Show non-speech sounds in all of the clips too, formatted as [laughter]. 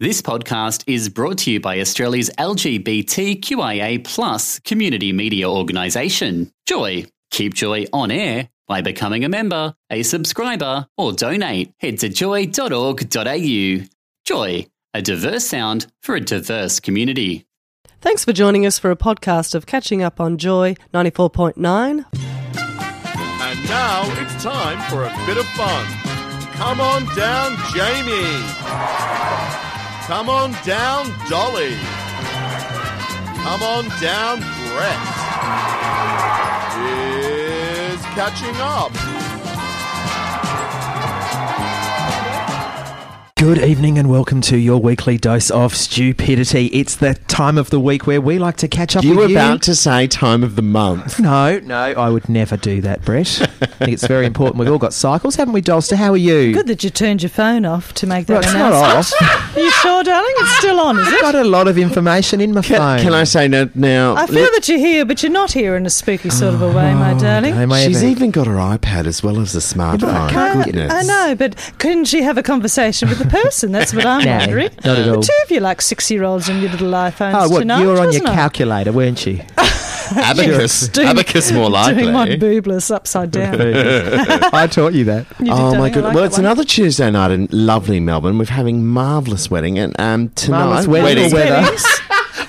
This podcast is brought to you by Australia's LGBTQIA plus community media organisation, Joy. Keep Joy on air by becoming a member, a subscriber, or donate. Head to joy.org.au. Joy, a diverse sound for a diverse community. Thanks for joining us for a podcast of Catching Up on Joy 94.9. And now it's time for a bit of fun. Come on down, Jamie. Come on down, Dolly. Come on down, Brett. Is catching up. Good evening and welcome to your weekly dose of stupidity. It's that time of the week where we like to catch up You were with about to say time of the month. you. No, no, I would never do that, Brett. I think it's very important. We've all got cycles, haven't we, Dolster? How are you? Good that you turned your phone off to make Well, that it's not announcement. off. Are you sure, darling? It's still on, is I've it? got a lot of information in my phone. Can, can I say no, now? I feel that you're here, but you're not here in a spooky sort of a way, Oh, my darling. Am I She's ever- even got her iPad as well as the smartphone. can't get- Goodness. I know, but couldn't she have a conversation with the person? That's what [laughs] I'm No, wondering. not at The all. two of you like six-year-olds and your little iPhones Ah, Oh, what? tonight, you were on your wasn't it? calculator, weren't [laughs] you? Abacus. Doing- Abacus more likely. [laughs] [laughs] Doing one boobless upside down. You I taught you that. did, Oh darling. I my goodness! well, like that it's one. another Tuesday night in lovely Melbourne. We're having marvelous wedding, and um, tonight Marvellous wedding or weather? Weddings?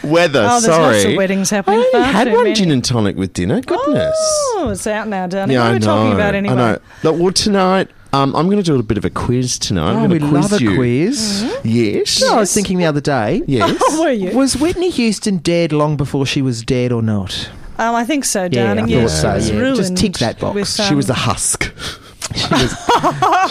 weather. Oh, there's sorry, lots of weddings happening. I only Far had too one many. gin and tonic with dinner. Goodness. Oh, it's out now, darling. what are we I know. talking about anyway? I know. Look, well, tonight um, I'm going to do a bit of a quiz tonight. I'm oh, going we to quiz love a you. Mm-hmm. quiz. Yes. No, I was thinking the other day. Yes. [laughs] Oh, were you? Was Whitney Houston dead long before she was dead or not? Um, I think so, Yeah, darling. I yes, thought so, she was yeah. ruined. Just tick that box. with, she was a um, husk. She was,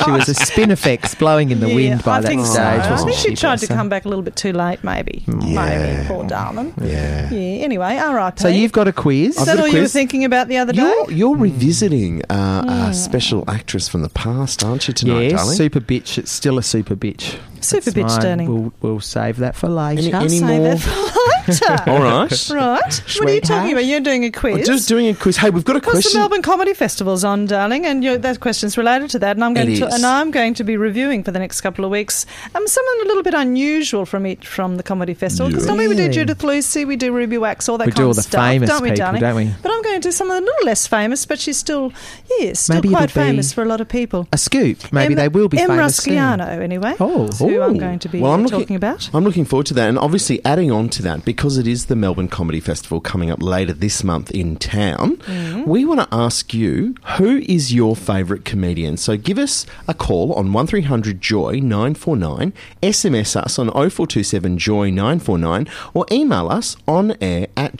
she was a Spinifex blowing in the yeah, wind by I that think stage. So. I wasn't think she tried to bless her? come back a little bit too late, maybe. Yeah. Maybe, poor darling. Yeah. Yeah. Anyway, all right. So Pete. you've got a quiz. is got that a all you were quiz. thinking about the other day? You're, you're revisiting uh, a special actress from the past, aren't you, tonight, yes, darling? super bitch. It's still a super bitch. Super That's bitch, mine. darling. We'll, we'll save that for later. I'll any save more? that [laughs] for later. All right. Right. What are you Sweetheart. talking about? You're doing a quiz. We're just doing a quiz. Hey, we've got a because the question. Melbourne Comedy Festival's on, darling, and your, that question's related to that, and I'm going It to is. and I'm going to be reviewing for the next couple of weeks um, something a little bit unusual from each from the comedy festival because normally we do Really? Judith Lucy, we do Ruby Wax, all that We kind do all of the stuff, famous don't we, people, darling? don't we? But I'm going to do something a little less famous, but she's still yeah, still Maybe quite it'll be- famous for a lot of people. a scoop. Maybe Em- they will be Em famous soon. Rusciano, anyway. Oh, is who I'm ooh. going to be Well, I'm uh, looking- talking about. I'm looking forward to that. And obviously, adding on to that, because it is the Melbourne Comedy Festival coming up later this month in town, Mm. we want to ask you who is your favourite comedian? So give us a call on 1300 Joy 949, SMS us on 0427 Joy 949, or email us on air at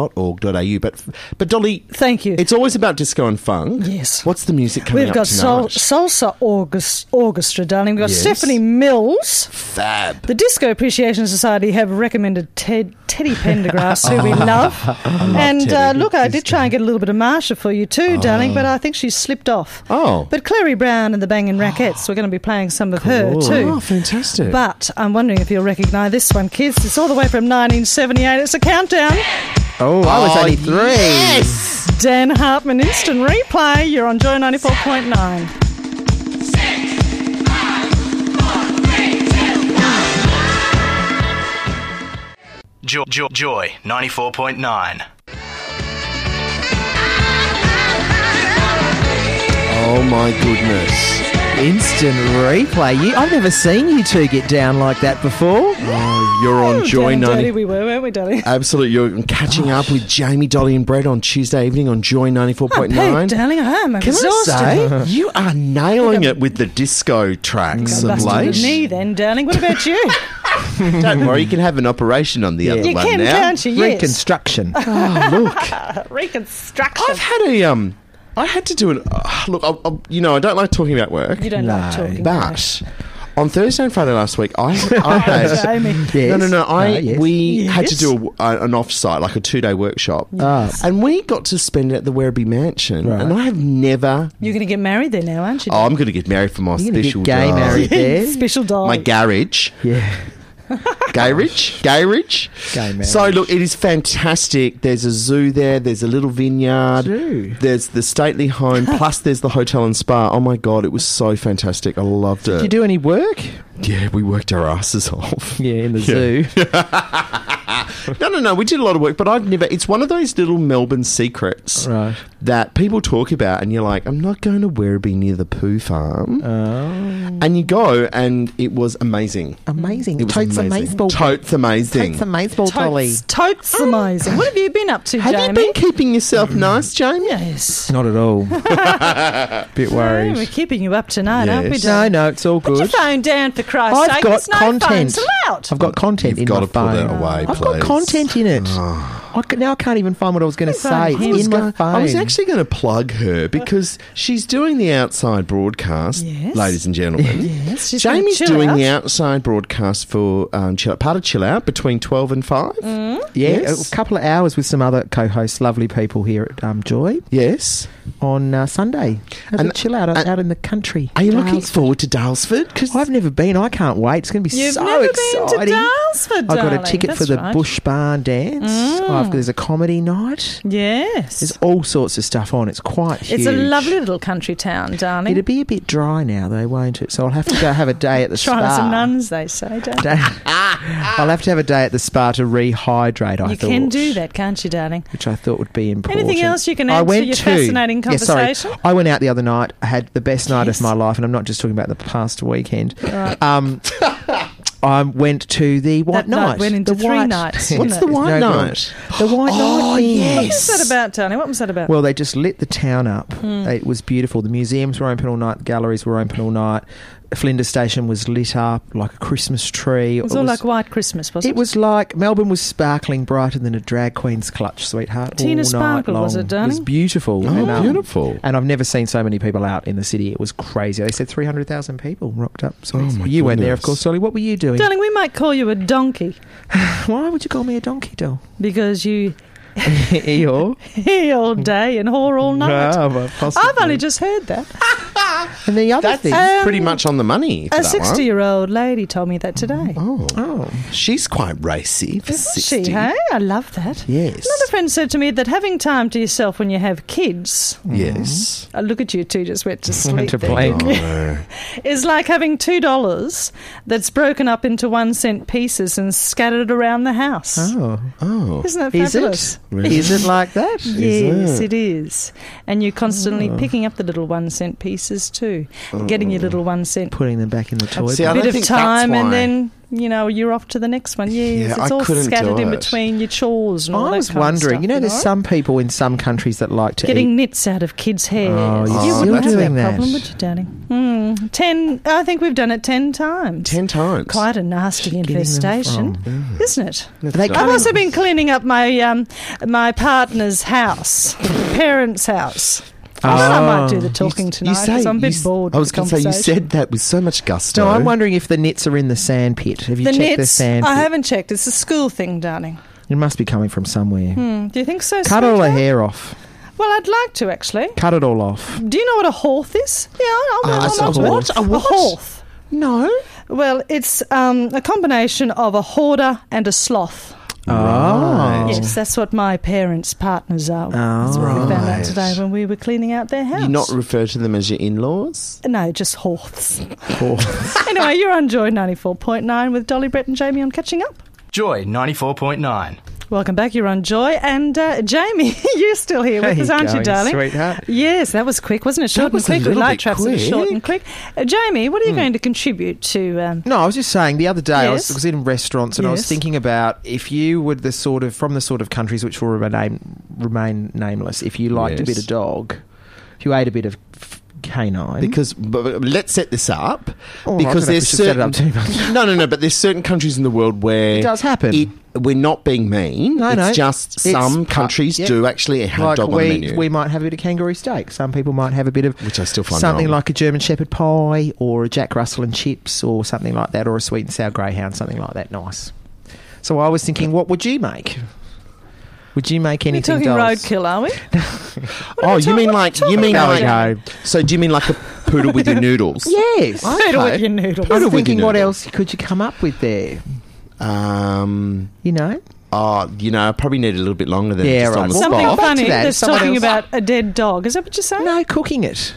joy.org.au. But, but Dolly, Thank you. it's always about disco and funk. Yes. What's the music coming We've up got Sol- tonight? Salsa August, Orchestra, darling. We've got Yes. Stephanie Mills. Fab. The Disco Appreciation Society have recommended Ted, Teddy Pendergrass, [laughs] who we love. and uh, Teddy. look, I did try and get a little bit of Marsha for you too, darling, but I think she slipped off. Oh. But Clary Brown and the Bangin' Rackets, we're going to be playing some of her too. Oh, fantastic. But I'm wondering if you'll recognise this one, kids. It's all the way from 1978. It's a countdown. Oh, I was only three. Dan Hartman instant replay. You're on Joy 94.9. Joy, Joy, Joy 94.9. Oh, my goodness. Instant replay. You, I've never seen you two get down like that before. Oh, You're on Joy Damn dirty 90. we were, weren't we, darling? Absolutely, you're catching up with Jamie, Dolly, and Brett on Tuesday evening on Joy Pete, 94.9. darling, I am. I'm Can Oh, exhausted. I say, you are nailing it with the disco tracks of Busted late. the knee then, darling. What [laughs] about you? Don't worry, you can have an operation on the other you one can, now. can't you? Yes. [laughs] Reconstruction. Oh, look. Reconstruction. I've had a, um, I had to do an, uh, look, I, I, you know, I don't like talking about work, you don't like talking. but on Thursday and Friday last week, I, I had. Jamie. No, no, no. I No, yes. we had to Yes. do a, a- an offsite, like a two day workshop, Uh, Ah. and we got to spend it at the Werribee Mansion. Right. And I have never. You're going to get married there now, aren't you? [laughs] Oh, I'm going to get married for my You're gonna special get gay day. married there. Special [laughs] doll. My garage. Yeah. [laughs] Garage? Garage? Gay marriage. So, look, it is fantastic. There's a zoo there. There's a little vineyard. Zoo. There's the stately [laughs] home. plus, there's the hotel and spa. Oh, my God. It was so fantastic. I loved it. Did you do any work? Yeah, we worked our asses off. Yeah, in the zoo. No, no, no. We did a lot of work, but I've never. It's one of those little Melbourne secrets Right. that people talk about, and you're like, I'm not going to Werribee near the poo farm. Oh. And you go, and it was amazing. Amazing. It was Totes amazing. amazing. Totes amazing. Totes amazing, Dolly. Totes, totes amazing. What have you been up to, Have Jamie? you been keeping yourself Mm. nice, Jamie? yes. Not at all. [laughs] Bit Hey, we're worried. keeping you up tonight, aren't we? Yes. Dave? No, no, it's all Put your good. phone down for Christ's I've sake. got There's no content. phones allowed. I've got content You've in got my to pull phone. that away, I've please. Ah. got content in it. I c now I can't even find what I was going to say. phone. It's in my gonna- phone. I was actually going to plug her because she's doing the outside broadcast, Yes. ladies and gentlemen. Yes, she's gonna Jamie's chill doing out. the outside broadcast for um, chill, part of Chill Out between 12 and 5. yeah, Yes. a couple of hours with some other co-hosts, lovely people here at um, Joy Yes. on uh, Sunday. Have And- a chill out and- out in the country. Are you looking Darlesford. forward to Dalesford? Because I've never been. I can't wait. It's going to be You've so never exciting. been to Dalesford, I got a darling. ticket for That's the right. Mm. Bush Barn dance. I've, there's a comedy night. Yes. There's all sorts of stuff on. It's quite huge. It's a lovely little country town, darling. It'll be a bit dry now, though, won't it? So I'll have to go have a day [laughs] at the Try spa. some nuns, they say. Don't Day- [laughs] I'll have to have a day at the spa to rehydrate. I you thought, can do that, can't you, darling? which I thought would be important. else you can add I to went your fascinating Yeah, sorry. conversation? I went out the other night. I had the best night of my life, and I'm not just talking about the past weekend. Um, I went to the White That night Night. went into the three white, [laughs] nights, didn't What's it? the White good. Night? The White Night. Oh, thing. yes. What was that about, darling? What was that about? Well, they just lit the town up. Hmm. It was beautiful. The museums were open all night. The galleries were open all night. Flinders Station was lit up like a Christmas tree. it was all like White Christmas, wasn't it? It was like Melbourne was sparkling brighter than a drag queen's clutch, sweetheart. Tina all Sparkle, night long. was it, It was darling? beautiful. and, um, Oh, beautiful. And I've never seen so many people out in the city. It was crazy. They said 300,000 people rocked up. So Oh, my you weren't there, of goodness. course, Solly. What were you doing? Darling, we might call you a donkey [laughs] Why would you call me a donkey doll? [laughs] because you [laughs] Eeyore. hee all day and whore all night. Ah, well, possibly. I've only just heard that. And the other thing. Um, pretty much on the money. For A that one. 60 year old lady told me that today. Oh. She's quite racy. For Isn't 60. she, hey? I love that. Yes. Another friend said to me that having time to yourself when you have kids, Yes. I look at you two just went to [laughs] Went sleep, to there, blank. didn't you? [laughs] is like having $2 that's broken up into one cent pieces and scattered around the house. Oh. Oh. Isn't that Is fabulous? it? Is it like that? Yes, it is. And you're constantly Oh. picking up the little one cent pieces too, getting your little one cent Putting them back in the toy. See, box. I bit don't of think that's time, why. and then you know you're off to the next one. Yes, Yeah, it's I all couldn't scattered do in it. between your chores and all I that was kind of wondering, stuff, you know, there's know? some people in some countries that like to Getting eat. nits out of kids' hair. Oh, you're you still wouldn't have doing that. problem, would you, darling? Mm, ten. I think we've done it ten times. Ten times. Quite a nasty them infestation, isn't it? They I've come- also been cleaning up my um, my partner's house, parents' house. I thought I might do the talking Ah. You tonight because say- I'm a you bit s- bored. I was going going to to say you said that with so much gusto. No, I'm wondering if the nits are in the sand pit. Have you the checked nets. the sand I pit? haven't checked. It's a school thing, darling. It must be coming from somewhere. Mm, do you think so? Cut all the sweetheart? hair off. Well, I'd like to actually. Cut it all off. Do you know what a horth is? Yeah, I- I'm, No, I'm, it's I'm a what? horth. A horth. No. Well, it's um, a combination of a hoarder and a sloth. Oh. Ah, Yes, that's what my parents' partners are. that's what we found out today when we were cleaning out their house. You not refer to them as your in-laws? No, just horths. [laughs] anyway, you're on Joy 94.9 with Dolly, Brett, and Jamie on Catching Up. Joy 94.9. Welcome back. You're on Joy. And uh, Jamie, [laughs] you're still here with There us, you aren't go, you, darling? sweetheart. Yes, that was quick, wasn't it? Short was a and quick. little we like bit traps that are short and quick. Uh, Jamie, what are you Hmm. going to contribute to. Um, No, I was just saying the other day I, was, Yes. I was in restaurants and I was Yes. thinking about if you were the sort of from the sort of countries which will remain remain nameless. If you liked a Yes. bit of dog, if you ate a bit of f- canine, Because but, but let's set this up Mm-hmm. Oh, I don't know because if we there's should set it certain up too much. [laughs] no no no but there's certain countries in the world where It does happen. It, we're not being mean. No, it's no. just It's- some countries yeah. do actually have like dog we, on the menu. we might have a bit of kangaroo steak. Some people might have a bit of Which I still find something wrong. like a German shepherd pie or a Jack Russell and chips or something like that, or a sweet and sour greyhound, something like that. Nice. So I was thinking, what would you make? Would you make we're anything? talking dolls? roadkill, are we? oh, you talk- mean what are like you you mean talking like about? so? Do you mean like a poodle with [laughs] your noodles? Yes. Poodle with your noodles. I Poodle was with your thinking, what noodles. else could you come up with there? Um. You know, Oh, you know, I probably need a little bit longer than Yeah, just right. on the Well, Something Bob. spot. fun- funny Back to that. that's Someone talking else- about a dead dog. Is that what you're saying? no cooking it.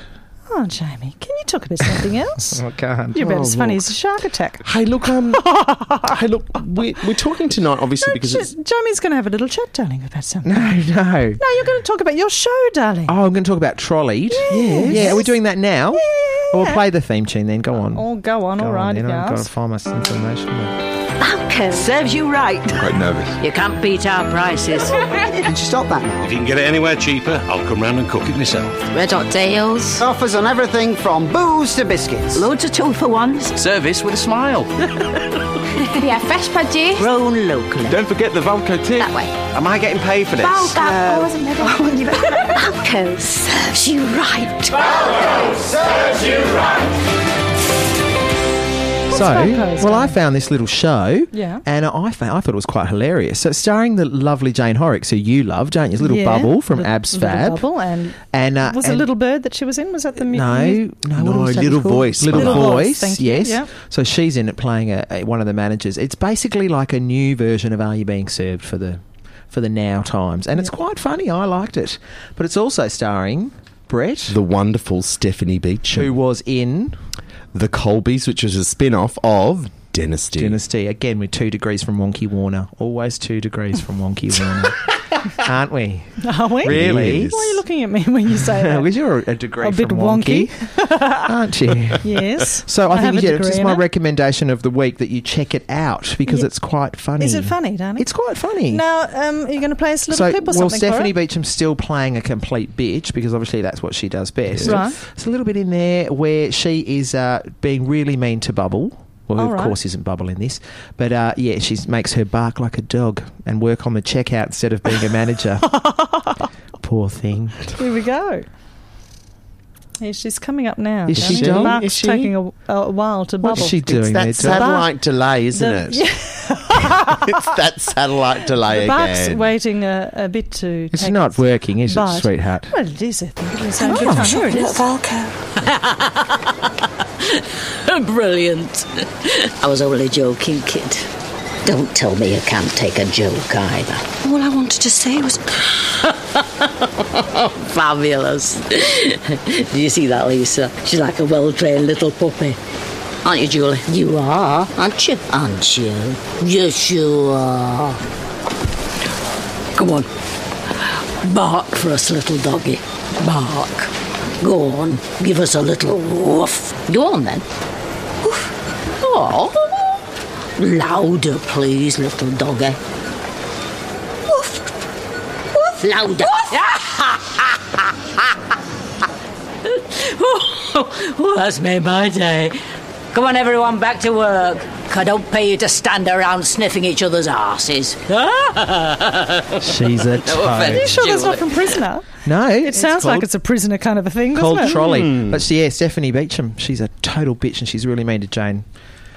Oh, Jamie, can you talk about something [laughs] else? I can't. You're about Oh, as funny look. as a shark attack. Hey, look, um, hey, look, we're, we're talking tonight, obviously, because it's. J- Jamie's going to have a little chat, darling, about [laughs] something. No, no. No, you're going to talk about your show, darling. Oh, I'm going to talk about trolleyed. Yes. Yeah, are we doing that now? Yeah, yeah, yeah, Well, yeah. we'll play the theme tune then. Go on. Oh, go on, Go all right, then. you I've got guys. to find my information. Serves you right. Quite nervous. You can't beat our prices. Can she stop that now? If you can get it anywhere cheaper, I'll come round and cook it myself. Red Hot Dales. Offers on everything from booze to biscuits. Loads of two for ones. Service with a smile. [laughs] Yeah, fresh produce. Grown locally. Don't forget the Valco tip. That way. Am I getting paid for this? I wasn't ready. [laughs] Balco serves you right. So, Spokos, well, I darling? found this little show. Yeah. And I, found, I thought it was quite hilarious. So, it's starring the lovely Jane Horrocks, who you love, don't you? It's Little Yeah. Bubble from Little- Abs Little Fab. Bubble and And, uh, was it and- Little Bird that she was in? Was that the mu- mu- No, no, No, what was that Little called? Voice, Little, Little Voice, voice. thank you, yes. yeah. So she's in it playing a, a- one of the managers. It's basically like a new version of Are You Being Served for the for the now times, and it's quite funny. I liked it, but it's also starring Brett, The wonderful Stephanie Beecham. who was in The Colbys, which is a spin off of Dynasty. Dynasty again. We're two degrees from Wonky Warner. Always two degrees from Wonky Warner, aren't we? [laughs] Are we? Really? Why are you looking at me when [laughs] you say that? Because you're a degree A from bit [laughs] wonky. aren't [laughs] you? yes. [laughs] So I, have think a yeah, it's degree just in my it. recommendation of the week that you check it out because Yeah. it's quite funny. Is it funny, darling? It's quite funny. Now, um, are you going to play us a little so clip or well, something Stephanie for it? Beecham's still playing a complete bitch because obviously that's what she does best. Yeah. Right. It's a little bit in there where she is uh, being really mean to Bubble. Well, All who of right. course isn't Bubble in this, but uh, yeah, she makes her bark like a dog and work on the checkout instead of being a [laughs] manager. Poor thing. Here we go. Yeah, she's coming up now. Is she darling. done? Mark's Is she? taking a, a while to bubble. What's she doing there? That Dom? satellite delay, isn't [laughs] it? it's that satellite delay Mark's again. waiting a, a bit to. It's take not Well, working, is But- it, sweetheart? it is. I think it is. Good time. Here it [laughs] is. Brilliant. I was only joking, kid. Don't tell me you can't take a joke either. All I wanted to say was. [laughs] Fabulous. [laughs] Do you see that, Lisa? She's like a well trained little puppy. Aren't you, Julie? You are, aren't you? Aren't you? Yes, you are. Come on. Bark for us, little doggy. Bark. Go on. Give us a little woof. Go on then. Woof. Oh. Louder, please, little doggy. Woof. Woof. Louder. [laughs] Oh, that's made my day. Come on, everyone, back to work. I don't pay you to stand around sniffing each other's asses. [laughs] She's a toad. Are you sure that's not from Prisoner? No, It sounds like it's a prisoner kind of a thing, doesn't cold it? trolley. But she- yeah, Stephanie Beecham, she's a total bitch, and she's really mean to Jane,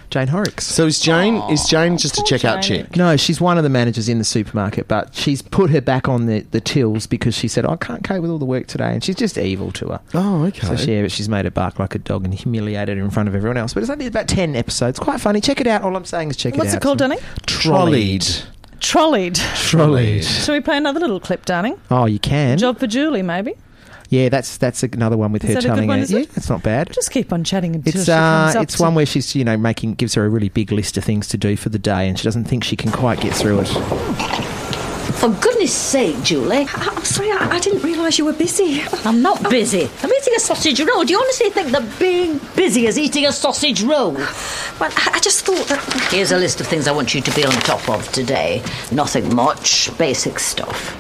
Jane Horrocks. So is Jane? is Jane just a Oh, poor checkout Jane. chick? No, she's one of the managers in the supermarket, but she's put her back on the, the tills because she said, I can't cope with all the work today. And she's just evil to her. Oh, okay. So she, yeah, she's made her bark like a dog and humiliated her in front of everyone else. But it's only about 10 episodes. Quite funny. Check it out. All I'm saying is check What's it out. it called, darling? Trolleyed. Trolleyed. Trolleyed. Shall we play another little clip, darling? Oh, you can. [laughs] Job for Julie, maybe. Yeah, that's that's another one with Is her that a good telling one, her. is yeah, it? that's not bad. Just keep on chatting until It's she uh, comes up. it's to- one where she's you know making gives her a really big list of things to do for the day, and she doesn't think she can quite get through it. For goodness sake, Julie. I- I'm sorry, I, I didn't realise you were busy. Oh. I'm not busy. I'm eating a sausage roll. Do you honestly think that being busy is eating a sausage roll? Well, I, I just thought that. Here's a list of things I want you to be on top of today. Nothing much, basic stuff.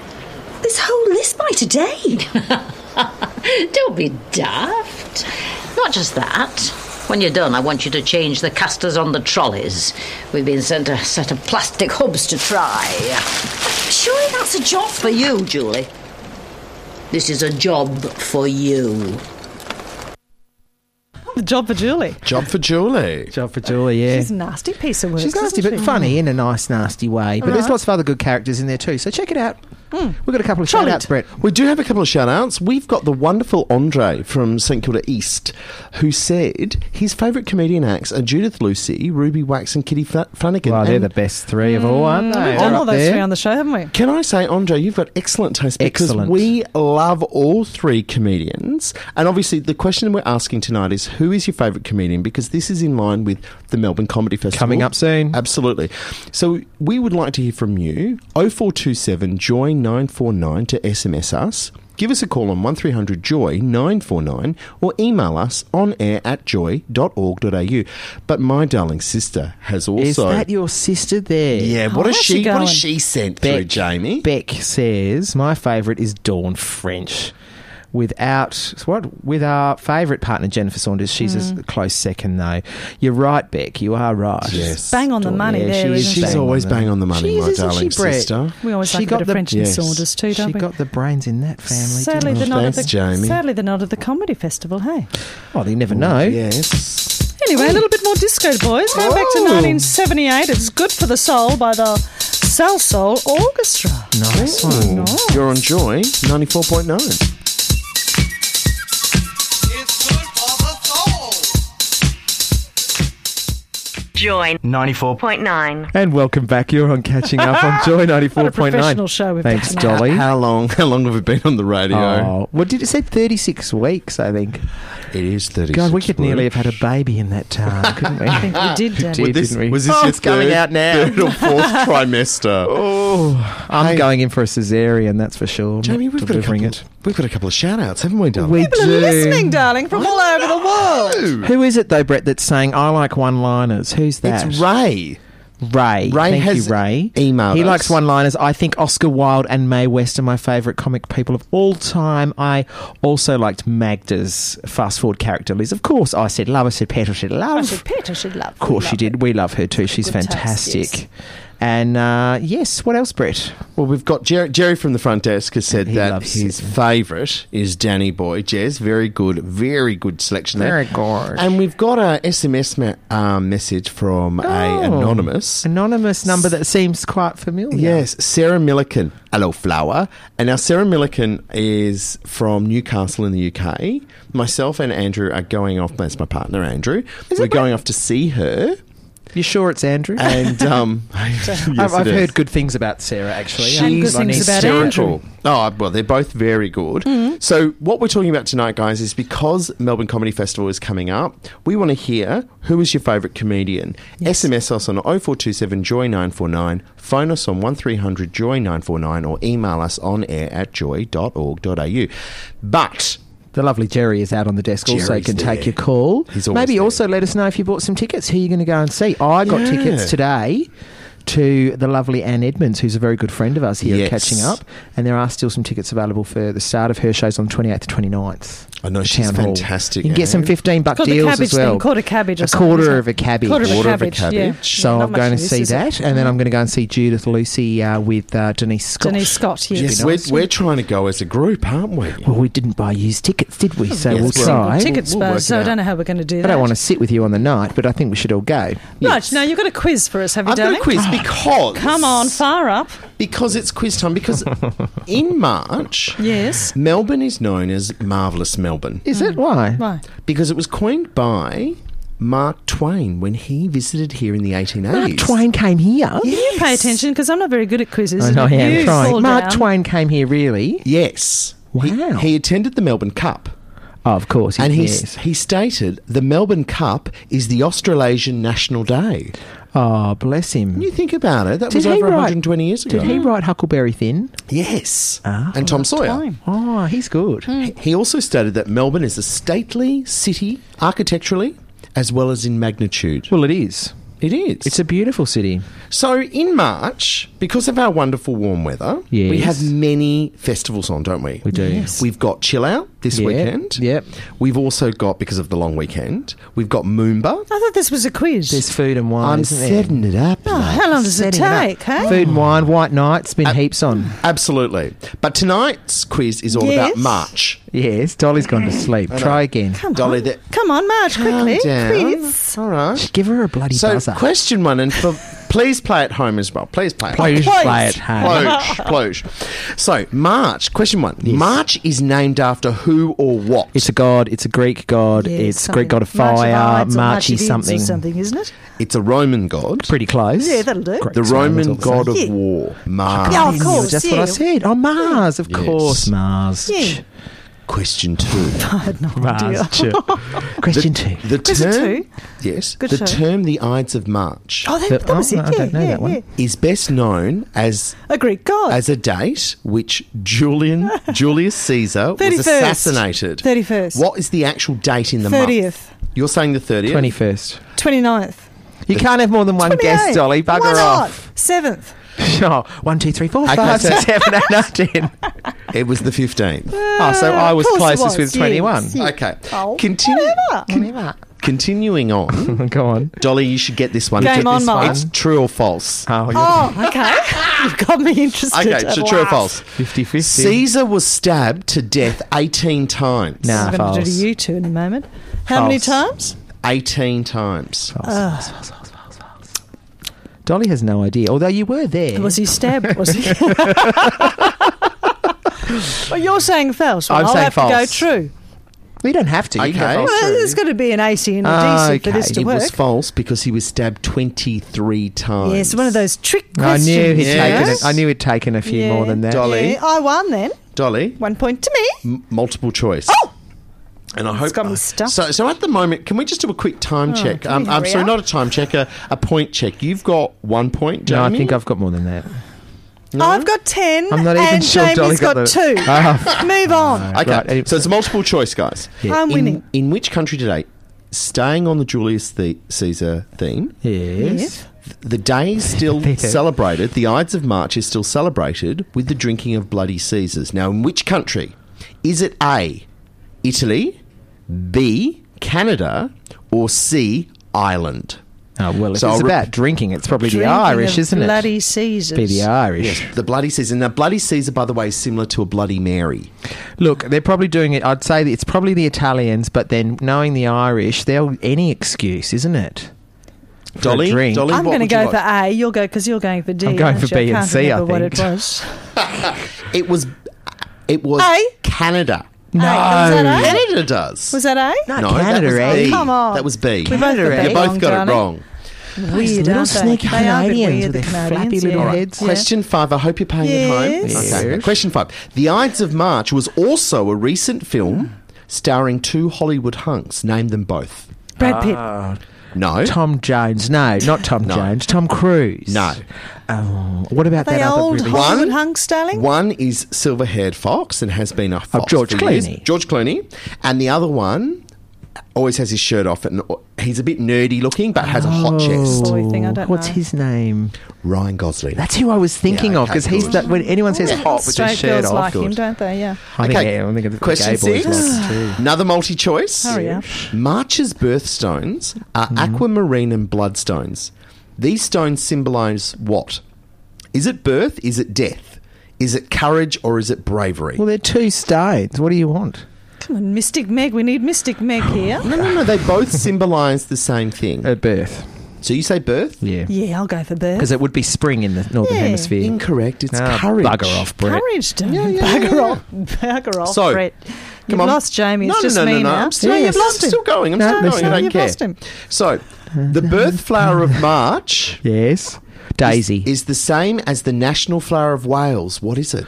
This whole list by today. Don't be daft. Not just that. When you're done, I want you to change the casters on the trolleys. We've been sent a set of plastic hubs to try. Surely that's a job. For you, Julie. This is a job for you. the [laughs] job for Julie. Job for Julie. Job for Julie, yeah. She's a nasty piece of work. She's nasty isn't but she? funny in a nice, nasty way. But there's lots of other good characters in there too, so check it out. Hmm. We've got a couple of shout outs, Brett. We do have a couple of shout outs. We've got the wonderful Andre from St Kilda East, who said his favourite comedian acts are Judith Lucy, Ruby Wax, and Kitty Fa- Flanagan. Well, they're And the best three of all, aren't they? We've done They're all up Mm. those there. three on the show, haven't we? Can I say, Andre, you've got excellent taste because Excellent. we love all three comedians. And obviously, the question we're asking tonight is who is your favourite comedian? Because this is in line with the Melbourne Comedy Festival. Coming up soon. Absolutely. So we would like to hear from you. 0427 Joy 949 to SMS us. Give us a call on 1300 Joy 949 or email us on air at joy.org.au. But my darling sister has also. Is that your sister there? yeah, what has How's she she, what going? has she sent through, Jamie? Beck says, My favourite is Dawn French. Without what with our favourite partner Jennifer Saunders, she's Mm. a close second though. You're right, Beck. You are right. Yes. Bang on the Dawn- money there, is isn't She's Bang always bang on the money, She is, my isn't darling she, Brett? sister. We always She like a got bit of the- French and Yes. Saunders too, She don't we? got the brains in that family. Sadly, didn't they're she? not at Thanks, the, Jamie. sadly, they're not at the comedy festival. Hey, Oh, you never know. Yes. anyway, a little bit more disco, boys. Going back to Oh. 1978. It's good for the soul by the Soul Soul Orchestra. Nice one. Ooh. You're on Joy 94.9. Join 94. 94.9. And welcome back. You're on catching up on Joy ninety four point professional nine. show we've Thanks, got tonight. Dolly. How long? How long have we been on the radio? Oh, what did it say? Thirty six weeks, I think. It is 36. God, we could nearly have weeks. had a baby in that time, couldn't we? We did, We Dan. did, This- didn't we? Was this oh, your it's coming third- out now. [laughs] Third or fourth [laughs] trimester. [laughs] Oh, I'm Hey. going in for a cesarean, that's for sure. I'm Jamie, not we've got, a delivering couple, it. we've got a couple of shout outs, haven't we, darling? We People are do. listening, darling, from all over the world. Who is it though, Brett, that's saying I like one-liners? Who's that? It's Ray. Ray. Ray Thank has you, Ray. emailed He us. likes one-liners. I think Oscar Wilde and Mae West are my favourite comic people of all time. I also liked Magda's fast-forward character Liz. Of course, I said love. I said pet. I said love. I should pet. I should love. of course, she did. We love her too. She's Good taste, fantastic. yes. And uh, yes, what else, Brett? Well, we've got Jerry, Jerry from the front desk has said He that loves his it. favourite is Danny Boy. Jez, very good, very good selection there. Very good. And we've got a SMS me- uh, message from a Oh. anonymous. Anonymous number that seems quite familiar. Yes, Sarah Milliken. Hello, flower. And now Sarah Milliken is from Newcastle in the UK. Myself and Andrew are going off. That's my partner, Andrew. We're going off to see her. You sure it's Andrew? And [laughs] um, [laughs] yes, I've, I've it is. heard good things about Sarah, actually. And good She's things about Mm-hmm. hysterical. Oh, well, they're both very good. So, what we're talking about tonight, guys, is because Melbourne Comedy Festival is coming up, we want to hear who is your favourite comedian. SMS us on 0427 Joy 949, phone us on 1300 Joy 949, or email us on air at joy.org.au. But. The lovely Jerry is out on the desk also, Jerry's can take there. your call. He's always Maybe there. also let us know if you bought some tickets. Who are you going to go and see? I got Yeah. tickets today to the lovely Anne Edmonds, who's a very good friend of us here Yes. at Catching Up. And there are still some tickets available for the start of her shows on 28th to 29th. I know, The she's Town Hall. fantastic, You can get some Anne. 15 buck Called a deals cabbage as well. thing, called a cabbage or A something, quarter isn't of it? a cabbage. Quarter of a Quarter of a cabbage. yeah. cabbage. So Not I'm much going to use, see is it? that, and then I'm going to go and see Judith Lucy uh, with uh, Denise Scott. Denise Scott. Yes. Yes, we're, we're trying to go as a group, aren't we? Well, we didn't buy used tickets, did we? So Yes, we'll well, try. Tickets, We'll- we'll but- work it so I out. don't know how we're going to do that. I don't want to sit with you on the night, but I think we should all go. Right, now you've got a quiz for us, have you, I've got darling? a quiz because Oh, Come on, fire up. because it's quiz time [laughs] because in March Yes. Melbourne is known as Marvelous Melbourne. Is it? Why? Right. Because it was coined by Mark Twain when he visited here in the 1880s. Mark Twain came here. You pay attention because I'm not very good at quizzes. I know I You am fall trying. Mark down. Twain came here, really? Yes. Wow. He, he attended the Melbourne Cup. Oh, of course. And he, yes. he stated the Melbourne Cup is the Australasian National Day. Oh, bless him. When you think about it, that Did was he over write- 120 years ago. Did Ah, he write Huckleberry Finn? Yes. and Tom Sawyer. Oh, he's good. He- He also stated that Melbourne is a stately city architecturally as well as in magnitude. Well, it is. It is. It's a beautiful city. So in March, because of our wonderful warm weather, Yes. we have many festivals on, don't we? We do. Yes. We've got Chill Out this Yep, weekend. yep. We've also got because of the long weekend, we've got Moomba. Oh, I thought this was a quiz. There's food and wine. I'm isn't there? setting it up. oh, mate. how long does it Setting it up. Uh, take, hey? Food and wine, white night's been heaps on. Absolutely. But tonight's quiz is all Yes. about March. Yes, Dolly's gone to [clears throat] sleep. Try again. Come Dolly, on. that- Come on, March, Calm quickly. down. Quiz. All right. Give her a bloody So buzzer. question one, and for [laughs] Please play at home as well. Please play at Please home. play at home. [laughs] Ploj, ploj. So, March, question one. March is named after who or what? It's a god. It's a Greek god. Yeah, it's something. Greek god of March of fire. Ides or March Marchy of Ides or something. something, isn't it? It's a Roman god. Pretty close. Yeah, that'll do. Great The Roman Roman also. god of Yeah. war, Mars. Yeah, I of knew it, course. That's yeah. what I said. Oh, Mars, of Yes. course. Mars. Yeah. Question two. I had no idea. Question two. The [laughs] Question term, two. yes, Good the show. term "the Ides of March" Oh, that, The- that was oh, it. no, I yeah, don't know yeah, that one. yeah. is best known as A Greek god. as a date which [laughs] Julian Julius Caesar was 31st. assassinated. 31st. What is the actual date in the month? 30th, You're saying the thirtieth. 21st. 29th. You can't have more than one guest, 28th. Dolly. Bugger Why not? off. Seventh. Oh, one, two, three, four, Okay, five, so- [laughs] six, seven, eight, nine, ten. [laughs] It was the fifteenth. Oh, so I was course it closest was, with yes. 21. Okay. Uh, Oh, Continue. whatever. Continuing on, [laughs] Go on. Dolly, you should get this one. Game Get on, this Mark. It's true or false. Oh, you're [laughs] Oh, okay. You've got me interested. Okay, at so true or last. false? 50 50. Caesar was stabbed to death 18 times. Nah, I'm going to do to false. you two in a moment. How many False. times? 18 times. Uh, False, false, false, false, false. Dolly has no idea, although you were there. Ah, Was he stabbed? [laughs] Was he? well, you're saying false. Well, I'm will saying have false. to go true. we don't have to. You can Okay. go Well, Well, through. there's got to be an AC and a Ah, DC for this okay. to It work. was false because he was stabbed 23 times. Yes, one of those trick I questions. knew he'd Yes. taken. It. I knew he'd taken a few Yeah. more than that. Dolly. Yeah, I won then. Dolly, One point to me. m- multiple choice. Oh! And I hope got me stuck. Oh, So, so at the moment, can we just do a quick time check? can we Um, I'm hurry sorry, up? not a time check, a, a point check. You've got one point, No, I Jamie. think I've got more than that. I've got ten. Mm. I'm not even and sure Jamie's Dolly got got, the- [laughs] Oh, two. Move on. Okay, Right, any- so it's a multiple choice, guys. I'm in, winning. In which country today, staying on the Julius the- Caesar theme, Yes. the day is still [laughs] Yeah. celebrated, the Ides of March is still celebrated with the drinking of bloody Caesars. Now, in which country? Is it A, Italy, B, Canada, or C, Ireland? Oh well, if So it's I'll re- about drinking, it's probably Drinking the Irish, of isn't Bloody it? Caesars. Be the Irish. The Bloody Caesar. Now, Bloody Caesar, by the way, is similar to a Bloody Mary. Look, they're probably doing it. I'd say that it's probably the Italians, but then knowing the Irish, they'll any excuse, isn't it? For a Dolly, drink. Dolly, I'm what going to would you go like? for A. You'll go because you're going for D. I'm going aren't for you? B and can't C, I remember what it think. was. It was, it was A? Canada. No, Hey, was that A? Canada does. Was that A? no, Canada, that eh? was B. Oh, come on. That was B. We both got Canada, that You both wrong, got it darling. wrong. Weird, little aren't they? sneaky They are a bit Canadians weird, with the their flappy Canadians, little yeah. heads. Yeah. Question five. I hope you're paying at home. Yes. Okay. Yes. Question five. The Ides of March was also a recent film Mm. starring two Hollywood hunks. Name them both. Brad Pitt. No. Tom Jones. No, not Tom No. Jones. Tom Cruise. No. Oh, what about they that other old really- Hollywood hunks, darling. One is silver haired fox and has been a fox. George for years. Clooney. George Clooney. And the other one always has his shirt off and he's a bit nerdy looking but has a Oh. hot chest. Boy thing, I don't What's know. his name? Ryan Gosling. That's who I was thinking Yeah, of okay, 'cause of because he's good. that. When anyone says Little hot with straight his shirt girls off, like him, good. don't they? Yeah. I think, yeah, I think of the question gay boys six. like it too. [sighs] Another multi choice. Hurry up. March's birthstones are aquamarine and bloodstones. These stones symbolise what? Is it birth? Is it death? Is it courage or is it bravery? Well, they're two states. What do you want? Come on, Mystic Meg. We need Mystic Meg here. no, no, no. They [laughs] both symbolise the same thing. At birth. Uh, so you say birth? Yeah. yeah, I'll go for Bird. Because it would be spring in the northern Yeah. hemisphere. Incorrect. It's Ah, courage. Bugger off, Brett. Courage, darling. Yeah, yeah, Bugger yeah, off. Bugger off, So, Brett. You've on. lost Jamie. It's no, just no, no, me no, no. now. I'm still, No, I'm you've lost him. still going. I'm No, still no, going. no, I don't you've care. lost him. So, the birth flower of March Yes. Daisy. is the same as the national flower of Wales. What is it?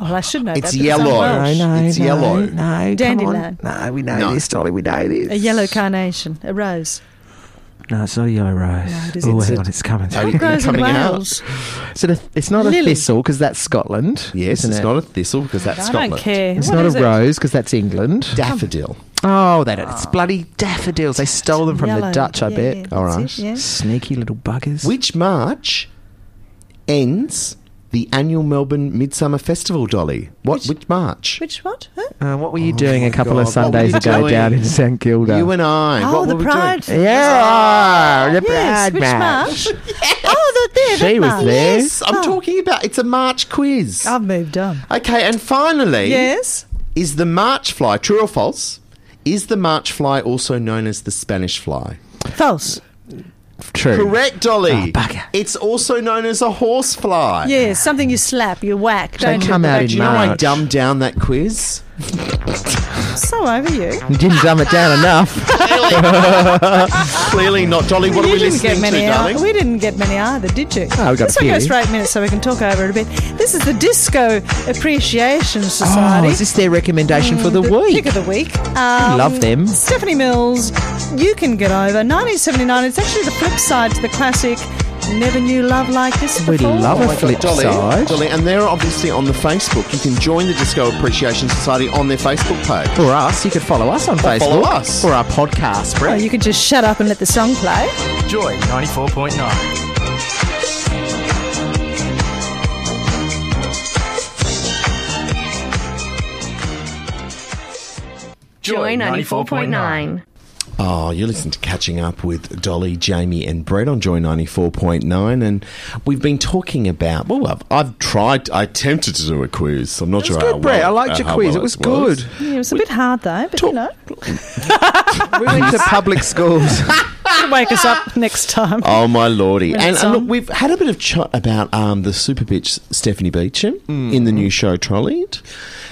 Well, I should know It's that, but on yellow. Welsh. no, Oh, no, It's no, yellow. No, Dandelion. Come on. No, we know No. this, Dolly. We know this. A yellow carnation, a rose. No, it's not a yellow rose. No, it isn't. oh, It's hang a- on, it's coming. Are through. you Grows in coming out? Wales. Is it a, it's not a Lily. thistle because that's Scotland. Yes, isn't it's it? not a thistle because that's I Scotland. don't care. It's What not is a it? rose because that's England. Daffodil. oh, they don't. It's bloody daffodils. They stole them from the Ah. Yellow. Dutch, I Yeah, bet. yeah, All that's right. it, yeah. Sneaky little buggers. Which March ends the annual Melbourne Midsummer Festival, Dolly? What? Which, March? Which what? Huh? Uh, what were you doing a couple Oh God, of what were Sundays you ago doing? down in St Kilda? You and I. Oh, what the were pride. We doing? yeah, the Yes, Pride which March. March? Oh, the, there, that She was March. there. Yes, Oh. I'm talking about. It's a March quiz. I've moved on. okay, and finally, Um, Yes. is the March fly true or false? Is the March fly also known as the Spanish fly? False. true. Correct, Oh, Dolly. bugger. it's also known as a horsefly. Yeah, something you slap, you whack. They Don't you? come out in Do you know I March. dumbed down that quiz? So over you. You didn't dumb it down [laughs] enough. [laughs] Clearly not, Dolly. What are you we didn't listening get many to, ei- darling? We didn't get many either, did you? No, we Oh, got a Let's not go few. straight minutes so we can talk over it a bit. This is the Disco Appreciation Oh, Society. is this their recommendation [laughs] for the Pick week? of the week. Um, love them. Stephanie Mills, You Can Get Over, 1979. It's actually the flip side to the classic Never Knew Love Like This We Before. love a flip Dolly, side. Dolly, and they're obviously on the Facebook. You can join the Disco Appreciation Society on their Facebook page. Or us, you could follow us on Facebook. follow us. Or our podcast, Oh, Brett. you can just shut up and let the song play. Joy 94.9. Joy 94.9. Oh, you're listening to Catching Up with Dolly, Jamie, and Brett on Joy 94.9. And we've been talking about, well, I've, I've tried, I attempted to do a quiz. I'm not It was sure good, how Brett. well- I liked uh, your how quiz. well it was good. Yeah, it was a bit hard though, but you know, [laughs] we went [laughs] to public schools. it'll wake us up next time. Oh my lordy! And, it's and on. look, we've had a bit of chat about um, the super bitch Stephanie Beecham Mm. in the new show Trolleyed,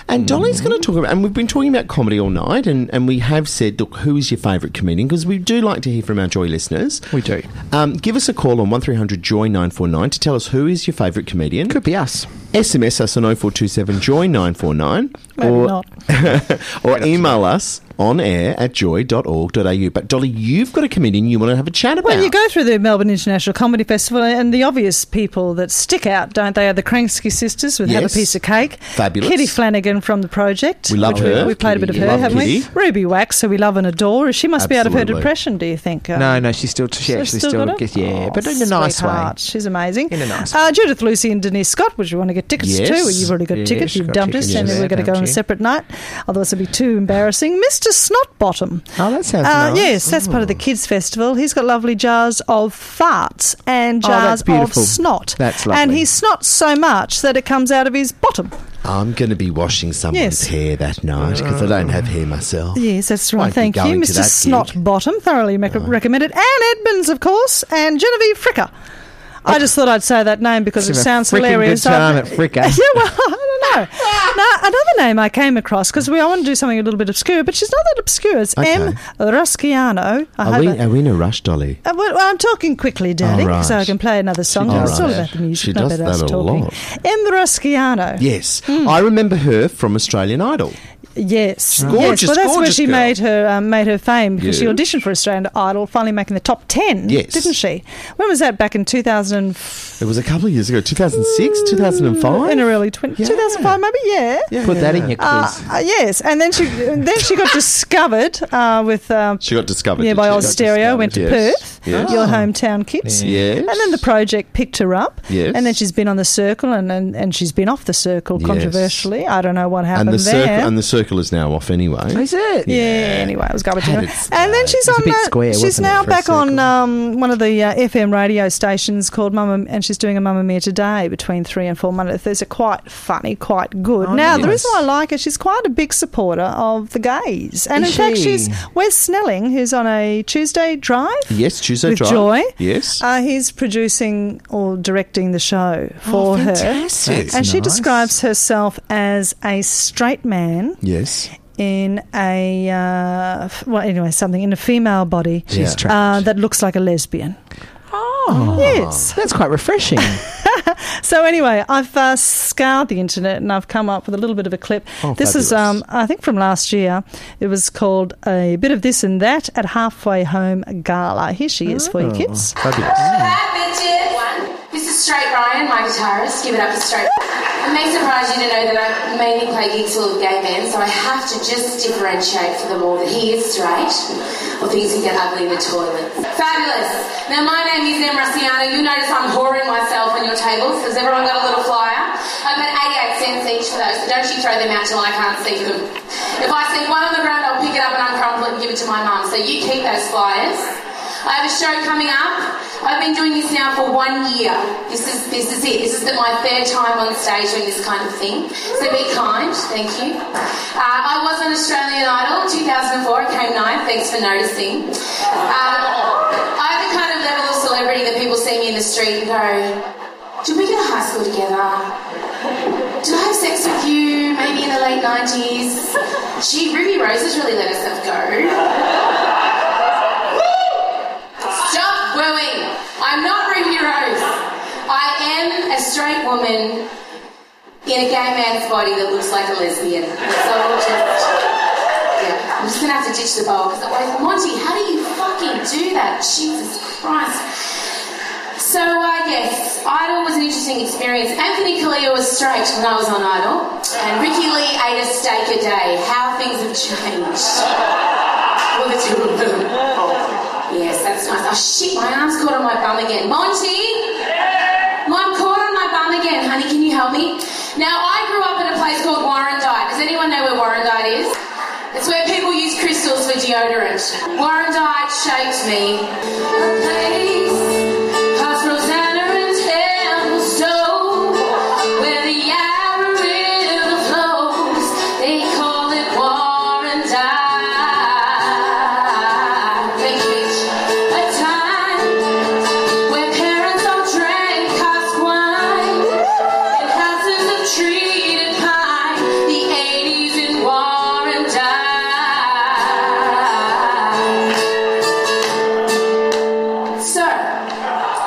and Dolly's going to talk about. And we've been talking about comedy all night, and, and we have said, look, who is your favourite comedian? Because we do like to hear from our Joy listeners. We do. Um, give us a call on one three hundred Joy nine four nine to tell us who is your favourite comedian. Could be us. SMS us on 0427 Joy nine four nine, Maybe or not. or email us on air at joy.org.au. But Dolly, you've got a comedian you want to have a chat about. Well, you go through the Melbourne International Comedy Festival, and the obvious people that stick out, don't they, are the Kranksky sisters with Have a Yes. Piece of Cake. Fabulous. Kitty Flanagan from The Project. We love which her. We, have played a bit of Kitty. her, Love haven't Kitty. we? Ruby Wax, who we love and adore. She must be out of her Absolutely. depression, do you think? Uh, No, no, she's still, she actually still, got it? gets, yeah, Oh, but in a nice sweetheart. way. She's amazing. In a nice uh, Judith Lucy and Denise Scott, which we want to get tickets Yes. to. Well, you've already got Yeah, tickets. she's You've got dumped us, tickets. and then Yeah, we're going to go on a haven't you? separate night. Otherwise, it'll be too embarrassing. Mr. Snotbottom. Oh, that sounds Uh, nice. Yes, that's part of the kids' festival. He's got lovely jars of farts and Oh, that's jars of beautiful. snot. That's And lovely. he snots so much that it comes out of his bottom. I'm going to be washing someone's Yes. hair that night because I don't have hair myself. Yes, that's right. Won't be Thank you, going to Mr. that Snot gig. Bottom. Thoroughly mec- recommended. Anne Edmonds, of course, and Genevieve Fricker. I just thought I'd say that name because it Have a sounds freaking hilarious. Good time at I've- Fricka. [laughs] yeah, well, I don't know. [laughs] Now, another name I came across because we I want to do something a little bit obscure, but she's not that obscure. It's Okay. M. Rusciano. I Are hope we, I- are we in a rush, Dolly? Uh, well, well, I'm talking quickly, Daddy, Oh, right. so I can play another song. does It's all that. about the music, She not does about us that a talking. lot. Em Rusciano. Yes. Hmm. I remember her from Australian Idol. Yes, gorgeous, yes. Well, that's where gorgeous she girl. made her um, made her fame because she Yes. auditioned for Australian Idol, finally making the top ten. Yes. didn't she? When was that? Back in 2000, It was a couple of years ago, 2006, 2005? Hmm. in her early 20, Yeah. 2005, maybe. Yeah. Yeah, Put that yeah. in your quiz. Uh, uh, yes, and then she then she got discovered uh, with um, She got discovered. yeah did by she? Oz Stereo, went to Yes. Perth, Yes. your hometown kids. Yes. And then the project picked her up. Yes. And then she's been on the circle and, and, and she's been off the circle Yes. controversially. I don't know what happened and the there. circle and the circle is now off anyway. Is it? yeah, anyway, it was garbage. Had anyway. its And then day. she's It was a on. bit uh, square, she's wasn't it, now for a back on circle? um, one of the uh, FM radio stations called Mama, and she's doing a Mamma Mia today between three and four Monday. There's a quite funny, quite good. Oh, now the nice. reason why I like her, she's quite a big supporter of the gays, and Is in fact, she? she's Wes Snelling, who's on a Tuesday drive. Yes, Tuesday With Drive. Joy. Yes. Uh, he's producing or directing the show Oh, for fantastic. her. And she Oh, nice. describes herself as a straight man yes. in a, uh, f- well, anyway, something in a female body She's Yeah. trapped. uh, that looks like a lesbian. oh, Yes. That's quite [laughs] refreshing. So, anyway, I've uh, scoured the internet and I've come up with a little bit of a clip. Oh, this is, fabulous. um, I think, from last year. It was called A Bit of This and That at Halfway Home Gala. Here she is Oh, for you kids. One, this is Straight Ryan, my guitarist. Give it up for Straight. It may surprise you to know that I mainly play gigs full of gay men, so I have to just differentiate for them all that he is straight or things he get ugly in the toilet. Fabulous. Now, my name is Em Rossiano. You notice I'm whoring myself on your tables. Has everyone got a little flyer? I'm at 88 cents each for those, so don't you throw them out till I can't see them. If I see one on the ground, I'll pick it up and uncrumple it and give it to my mum. So you keep those flyers. I have a show coming up. I've been doing this now for one year. This is this is it. This is the, my third time on stage doing this kind of thing. So be kind. Thank you. Uh, I was on Australian Idol 2004. I came ninth. Thanks for noticing. Uh, I'm the kind of level of celebrity that people see me in the street and go, "Did we go to high school together?" Did I have sex with you maybe in the late 90s? Gee, Ruby Rose has really let herself go. Stop wooing. I'm not Ruby Rose. I am a straight woman in a gay man's body that looks like a lesbian. So I'll just, yeah, I'm just going to have to ditch the bowl because otherwise, Monty, how do you fucking do that? Jesus Christ. So uh, yes, Idol was an interesting experience. Anthony Kalia was straight when I was on Idol, and Ricky Lee ate a steak a day. How things have changed. Well, the two of them. Oh, Yes, that's nice. Oh shit, my arm's caught on my bum again. Monty, I'm caught on my bum again. Honey, can you help me? Now I grew up in a place called Warrandyte. Does anyone know where Warrandyte is? It's where people use crystals for deodorant. Warrandyte shaped me. A place past Rosanna and Templestowe, where the Yarra River flows. They call it Warrandyte. Thank you, bitch. A time where parents all drank cask wine and houses of tree and pine. The 80s in Warrandyte. So,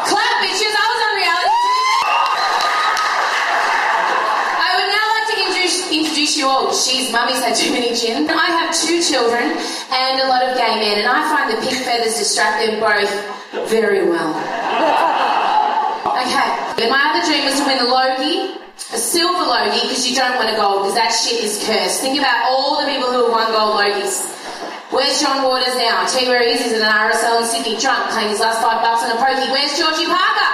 clap bitches, I was on reality TV. I would now like to introduce, introduce you all. Jeez, mummy's had too many gin. I have two children and a lot of gay men, and I find the pink feathers distract them both very well. Okay, and my other dream was to win a Logie. A silver Logie, because you don't want a gold, because that shit is cursed. Think about all the people who have won gold Logies. Where's John Waters now? Tell you where he is. He's in an RSL in Sydney, drunk, playing his last five bucks on a pokey. Where's Georgie Parker?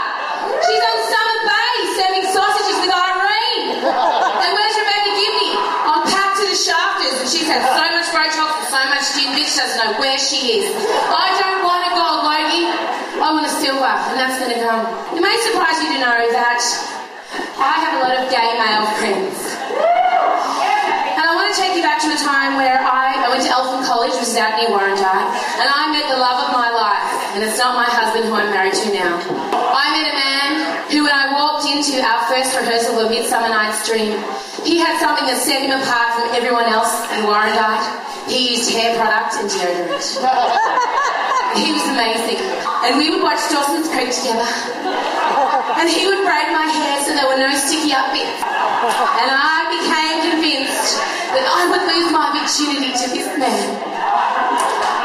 She's on Summer Bay serving sausages with Irene. and where's Rebecca Gibney? I'm packed to the shafters, and she's had so much Botox and so much gin. Bitch doesn't know where she is. I don't want a gold Logie. I want a silver, and that's going to come. It may surprise you to know that I have a lot of gay male friends. And I want to take you back to a time where I, I went to Eltham College, which is out near Warrandyte, and I met the love of my life, and it's not my husband who I'm married to now. I met a man who, when I walked into our first rehearsal of Midsummer Night's Dream, he had something that set him apart from everyone else in Warrandyte. He used hair product and deodorant. [laughs] he was amazing. And we would watch Dawson's Creek together. And he would braid my hair so there were no sticky up bits. And I became convinced that I would lose my virginity to this man.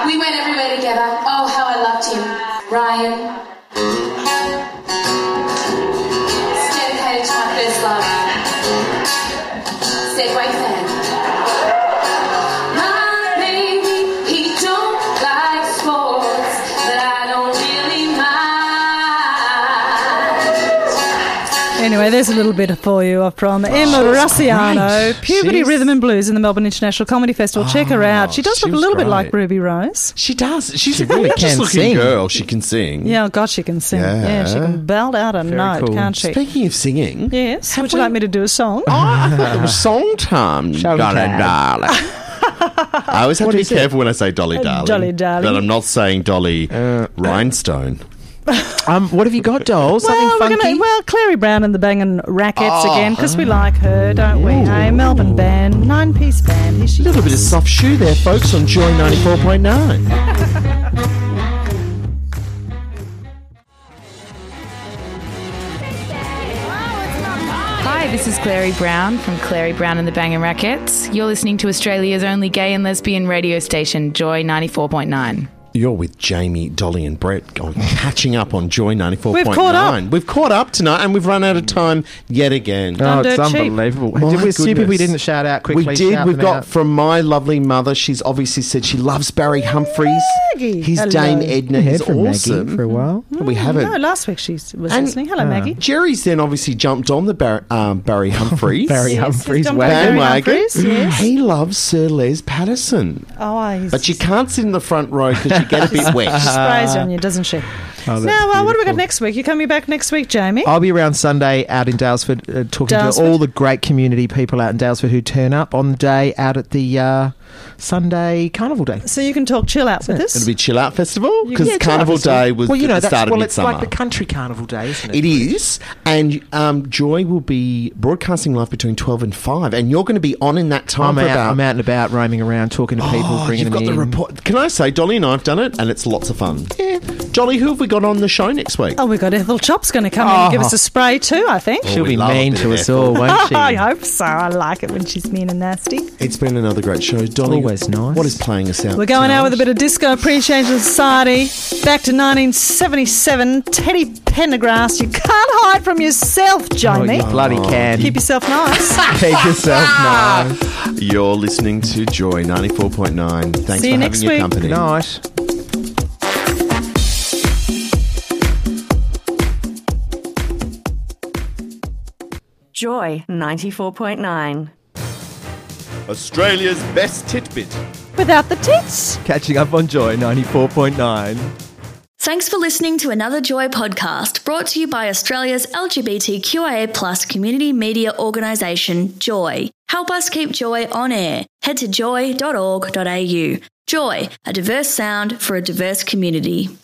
We went everywhere together. Oh, how I loved him. Ryan. It's dedicated to my first love. Segway fan. My baby, he don't like sports, but I don't really mind. Anyway, there's a little bit for you off from Emma Rossiano, Oh, great. Puberty She's- Rhythm and Blues in the Melbourne International Comedy Festival. Check her out. She does she look a was little bit great. like Ruby Rose. She does. She's She a really gorgeous can looking sing. girl. She can sing. Yeah, oh God, she can sing. Yeah, she Yeah. can belt out a note, cool. can't she? Speaking of singing, yes. Would you like me to do a song? I thought it was song time, Song Dolly time. Darling. I always have What to be is it? careful when I say Dolly Uh, Darling. Dolly Darling. That I'm not saying Dolly Rhinestone. Um, what have you got, doll? Something well, we're funky? gonna, well, Clary Brown and the Bangin' Rackets Oh. again, because we like her, don't we? Hey, Melbourne band, nine piece band. Here she A little bit of soft shoe there, folks, on Joy 94.9. Hi, this is Clary Brown from Clary Brown and the Bang and Rackets. You're listening to Australia's only gay and lesbian radio station, Joy 94.9. You're with Jamie, Dolly, and Brett on catching up on Joy 94.9. We've caught up. Uh, We've caught up tonight and we've run out of time yet again. Oh, Under it's cheap. unbelievable. My We're stupid goodness. we didn't shout out quickly. We did. Shout We've them got out. from my lovely mother. She's obviously said she loves Barry Humphries. Maggie. His Hello. Dame Edna We heard is from Maggie awesome for a while. we haven't. Mm, No, last week she was listening. Hello, Ah. Maggie. Jerry's then obviously jumped on the Bar- um, [laughs] Barry Humphries. Barry Yes, he's Humphries jumped on wagon. Barry Humphries, [laughs] yes. He loves Sir Les Patterson. Oh, he's But you can't sit in the front row because you get a bit wet. She [laughs] sprays on you, doesn't she? Oh, that's now, uh, what have we got beautiful. Oh. next week? You coming back next week, Jamie? I'll be around Sunday out in Dalesford uh, talking Daylesford. to all the great community people out in Dalesford who turn up on the day out at the uh, Sunday Carnival Day. So you can talk chill out with It'll us. be Chill Out Festival You- because Yeah, Chill Out Carnival Festival. Day was well, you at know, the that's, start of well, it's midsummer. like the country carnival day, isn't it? It is. And um, Joy will be broadcasting live between 12 and 5. And you're going to be on in that time I'm for out, about. I'm out and about roaming around talking to people, Oh, bringing you've them got the in. report. Can I say, Dolly and I have done it, and it's lots of fun. Yeah. Dolly, who have we got on the show next week? Oh, we've got Ethel Chop's going to come in and give Oh. us a spray too, I think. Oh, She'll we be love a mean bit to of [laughs] us all, won't she? Oh, I hope so. I like it when she's mean and nasty. It's been another great show. Dolly, Always nice. what is playing us out? We're going out with a bit of disco appreciation society. Back to 1977, Teddy Pendergrass. You can't hide from yourself, Oh, Jamie. you bloody can. Keep yourself nice. Keep yourself [laughs] nice. You're listening to Joy 94.9. Thanks See you for having next your week. company. Good night. Joy 94.9. Australia's best titbit. Without the tits. Catching up on Joy 94.9. Thanks for listening to another Joy podcast brought to you by Australia's LGBTQIA plus community media organisation, Joy. Help us keep Joy on air. Head to joy.org.au. Joy, a diverse sound for a diverse community.